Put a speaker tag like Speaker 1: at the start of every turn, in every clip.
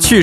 Speaker 1: 世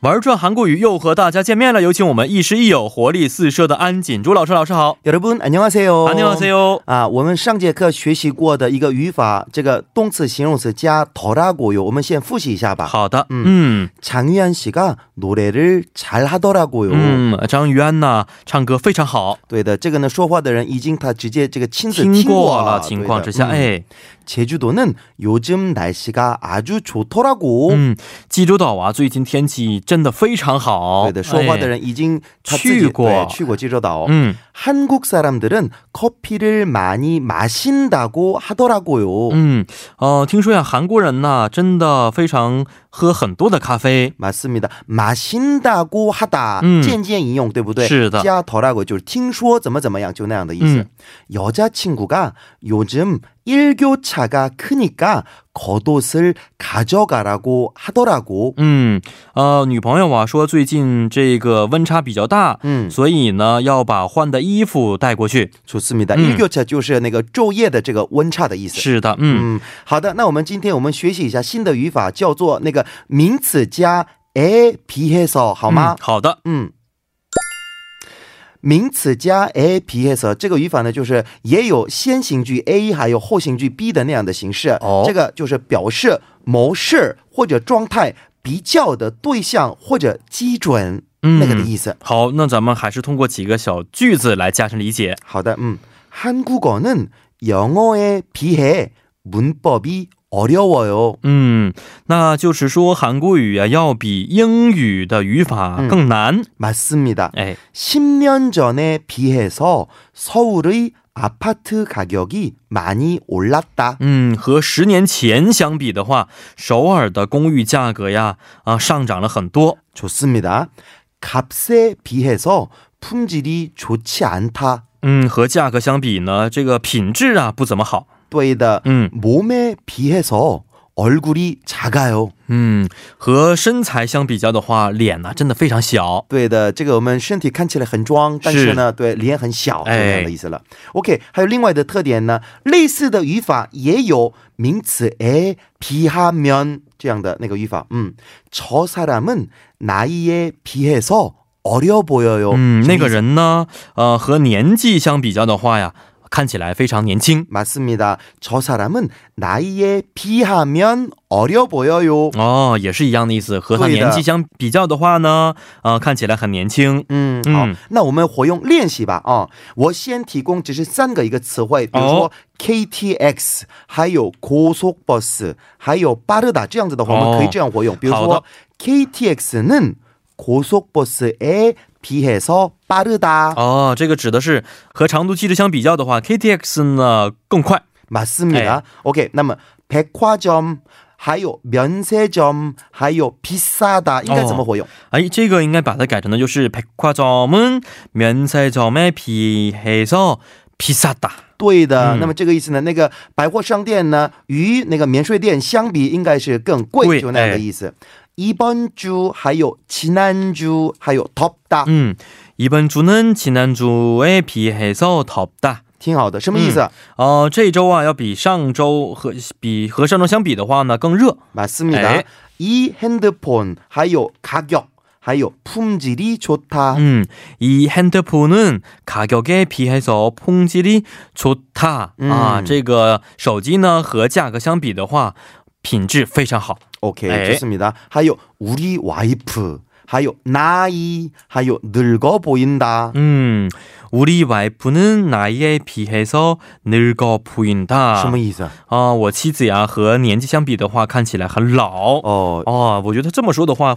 Speaker 1: 玩转韩国语又和大家见面了，有请我们亦师亦友、活力四射的安锦珠老师。老师好，
Speaker 2: 여러분 안녕하세요.
Speaker 1: 안녕하세요。
Speaker 2: 啊，我们上节课学习过的一个语法，这个动词、形容词加더라고요。我们先复习一下吧。
Speaker 1: 好的，嗯
Speaker 2: 음. 장유한 씨가 노래를 잘 하더라고요.
Speaker 1: 嗯，张于安呐，唱歌非常好。
Speaker 2: 对的，这个呢，说话的人已经他直接这个亲自
Speaker 1: 听过
Speaker 2: 过
Speaker 1: 了
Speaker 2: 了
Speaker 1: 情况之
Speaker 2: 对的
Speaker 1: 下，
Speaker 2: 嗯
Speaker 1: 哎，
Speaker 2: 제주도는 요즘 날씨가 아주 좋더라고.
Speaker 1: 嗯，济州岛啊，最近天气真的非常好。
Speaker 2: 对的，说话的
Speaker 1: 哎，
Speaker 2: 人已经他自己
Speaker 1: 去过
Speaker 2: 对去过济州岛。
Speaker 1: 어， 嗯
Speaker 2: 한국 사람들은 커피를 많이 마신다고 하더라고요.
Speaker 1: 嗯，哦、听说呀，韩国人呐，真的非常喝很多的咖啡。
Speaker 2: 맞습니다. 마신다고 하다.
Speaker 1: 음.
Speaker 2: 渐渐引用,对不对?
Speaker 1: 是的。
Speaker 2: 加더라고 就是听说怎么怎么样就那样的意思.
Speaker 1: 음.
Speaker 2: 여자친구가 요즘 일교차가 크니까 겉옷을 가져가라고 하더라고.
Speaker 1: 嗯，呃，女朋友啊说最近这个温差比较大，
Speaker 2: 음,
Speaker 1: 所以呢要把换的衣服带过去。
Speaker 2: 좋습니다.
Speaker 1: 음.
Speaker 2: 일교차 就是那个昼夜的这个温差的意思。
Speaker 1: 是的，嗯，
Speaker 2: 嗯，好的，那我们今天我们学习一下新的语法，叫做那个名词加에비해서，好吗
Speaker 1: 嗯？好的，
Speaker 2: 嗯。名词加 a 皮黑色这个语法呢，就是也有先行句 a 还有后行句 b 的那样的形式。
Speaker 1: 哦
Speaker 2: 这个就是表示某事或者状态比较的对象或者基准、
Speaker 1: 嗯
Speaker 2: 那个的意思。
Speaker 1: 好，那咱们还是通过几个小句子来加深理解。
Speaker 2: 好的，嗯，한국어는영어에비해문법이어려워요。
Speaker 1: 嗯，那就是说韩国语啊要比英语的语法更难。
Speaker 2: 맞습니다。
Speaker 1: 哎，
Speaker 2: 10년 전에 비해서 서울의 아파트 가격이 많이 올랐다.
Speaker 1: 嗯，和十年前相比的话，首尔的公寓价格呀啊上涨了很多。
Speaker 2: 좋습니다. 값에 비해서 품질이 좋지 않다.
Speaker 1: 嗯，和价格相比呢，这个品质啊不怎么好。
Speaker 2: 또이다.
Speaker 1: 嗯
Speaker 2: 몸에 비해서 얼굴이 작아요.
Speaker 1: 嗯，和身材相比较的话，脸呢、真的非常小。
Speaker 2: 对的，这个我们身体看起来很壮，但是呢，对脸很小，这样的意思了。OK，还有另外的特点呢，类似的语法也有名词에 비하면 음. 这样的那个语法。嗯，저 사람은 나이에 비해서 어려 보여요.
Speaker 1: 嗯，那个人呢，呃，和年纪相比较的话呀，看起来非常年轻。
Speaker 2: 맞습니다. 저 사람은 나이에 비하면 어려 보여요.
Speaker 1: 哦，也是一样的意思。和他
Speaker 2: 对的
Speaker 1: 年纪相比较的话呢，呃，看起来很年轻。
Speaker 2: 嗯，好，那我们活用练习吧啊、我先提供只是三个一个词汇，比如
Speaker 1: 哦
Speaker 2: 说 KTX，、还有高速 bus，还有巴德达这样子的话，我
Speaker 1: 哦
Speaker 2: 们可以这样活用。比如
Speaker 1: 好的
Speaker 2: 说 KTX는 고속버스에비해서巴德达，
Speaker 1: 哦，这个指的是和长途汽车相比较的话，KTX 呢更快。
Speaker 2: 맞습니다
Speaker 1: 哎。
Speaker 2: OK，那么백화점。还有면세점，还有비싸다，应该怎么活用？
Speaker 1: 哎，这个应该把它改成的就是백화점은면세점에비해서비싸다。
Speaker 2: 对的、
Speaker 1: 嗯
Speaker 2: 那么这个意思呢？那个百货商店呢，与那个免税店相比，应该是更
Speaker 1: 贵
Speaker 2: 贵，就那样
Speaker 1: 哎
Speaker 2: 的意思。一般猪，还有奇南猪，还有 top 大、
Speaker 1: 嗯，이번주는지난주에비해서덥다。
Speaker 2: 挺好的。什么意思？
Speaker 1: 哦、这周啊要比上周和比和上周相比的话呢更热。
Speaker 2: 맞습니다
Speaker 1: 哎。
Speaker 2: 이 핸드폰, 还有가격，还有품질이좋다。
Speaker 1: 음, 이嗯 핸드폰은 가격에 비해서 품질이 좋다. 啊 아,
Speaker 2: 음.
Speaker 1: 这个手机呢和价格相比的话，品质非常好。
Speaker 2: OK，
Speaker 1: 哎。
Speaker 2: 좋습니다. 还有우리 와이프， 还有 나이， 还有늙어보인다。
Speaker 1: 嗯 음, 우리 와이프는 나이에 비해서 늙어
Speaker 2: 什
Speaker 1: 보인다. 啊
Speaker 2: 么意思？
Speaker 1: 아, 我妻子呀和年纪相比的话看起来很老。
Speaker 2: 哦，
Speaker 1: 哦，我觉得这么说的话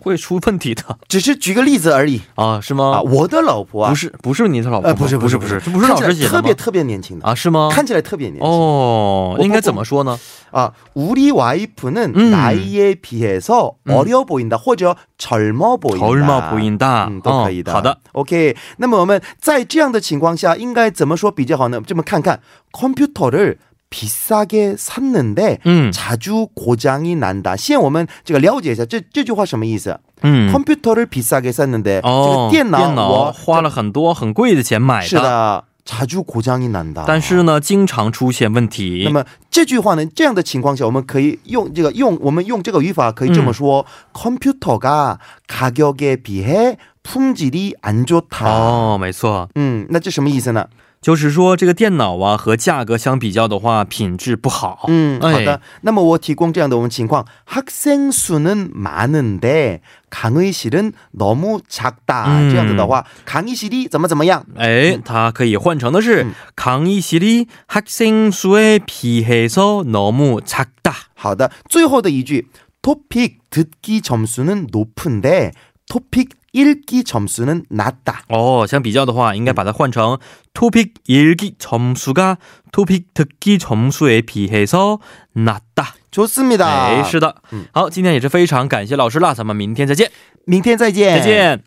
Speaker 1: 会出问题的。
Speaker 2: 只是举个例子而已
Speaker 1: 啊，是吗？
Speaker 2: 啊。我的老婆啊，
Speaker 1: 不是-不是你的老婆吗？
Speaker 2: 呃，不是
Speaker 1: 不是-
Speaker 2: 不是
Speaker 1: 不是-这不是
Speaker 2: 看起来
Speaker 1: 老师写的吗？
Speaker 2: 特别特别年轻的，
Speaker 1: 啊，是吗？
Speaker 2: 看起来特别年轻。哦
Speaker 1: 어,
Speaker 2: 어,
Speaker 1: 应该
Speaker 2: 어,
Speaker 1: 怎么说呢？
Speaker 2: 啊 아, 우리와이프는
Speaker 1: 음.
Speaker 2: 나이에비해서어려보인다或者젊어보인다，
Speaker 1: 젊어보인다
Speaker 2: 嗯，都可以的。
Speaker 1: 哦好的
Speaker 2: ，OK。那么我们在这样的情况下应该怎么说比较好呢？这么看看，컴퓨터를백 비싸게 샀는데
Speaker 1: 嗯
Speaker 2: 자주 고장이 난다. 시에 오면 제가 了解一下这这句话什么意思？
Speaker 1: 嗯，
Speaker 2: 컴퓨터를 비싸게 샀는데
Speaker 1: 哦，
Speaker 2: 这个电脑我
Speaker 1: 花了很多很贵的钱买
Speaker 2: 是
Speaker 1: 的，
Speaker 2: 的，자주고장이 난다。
Speaker 1: 但是呢，经常出现问题
Speaker 2: 那。么这句话呢？这样的情况下，我们可以用这个用我们用这个语法可以这么说、c o m p u t e r 가가격에비해품질이안 좋다。
Speaker 1: 哦，没错，
Speaker 2: 嗯，那这什么意思呢？
Speaker 1: 就是说这个电脑啊和价格相比较的话，品质不好。
Speaker 2: 嗯，好的
Speaker 1: 哎。
Speaker 2: 那么我提供这样的我们情况，학생수는많은데강의실은너무작다。
Speaker 1: 嗯
Speaker 2: 这样子的话，강의실이怎么怎么样？
Speaker 1: 哎，它可以换成的是
Speaker 2: 嗯
Speaker 1: 강의실이학생수에비해서너무작다。
Speaker 2: 好的，最后的一句，topic 듣기 점수는 높은데 topic 읽기 점수는 낮다。
Speaker 1: 哦，相比较的话，应该把它换成 topic 일기점수가 topic 듣기점수에비해서낮다。
Speaker 2: 좋습니다。
Speaker 1: 哎，是的
Speaker 2: 嗯，
Speaker 1: 好，今天也是非常感谢老师啦，咱们明天再见，
Speaker 2: 明天再见。
Speaker 1: 再见。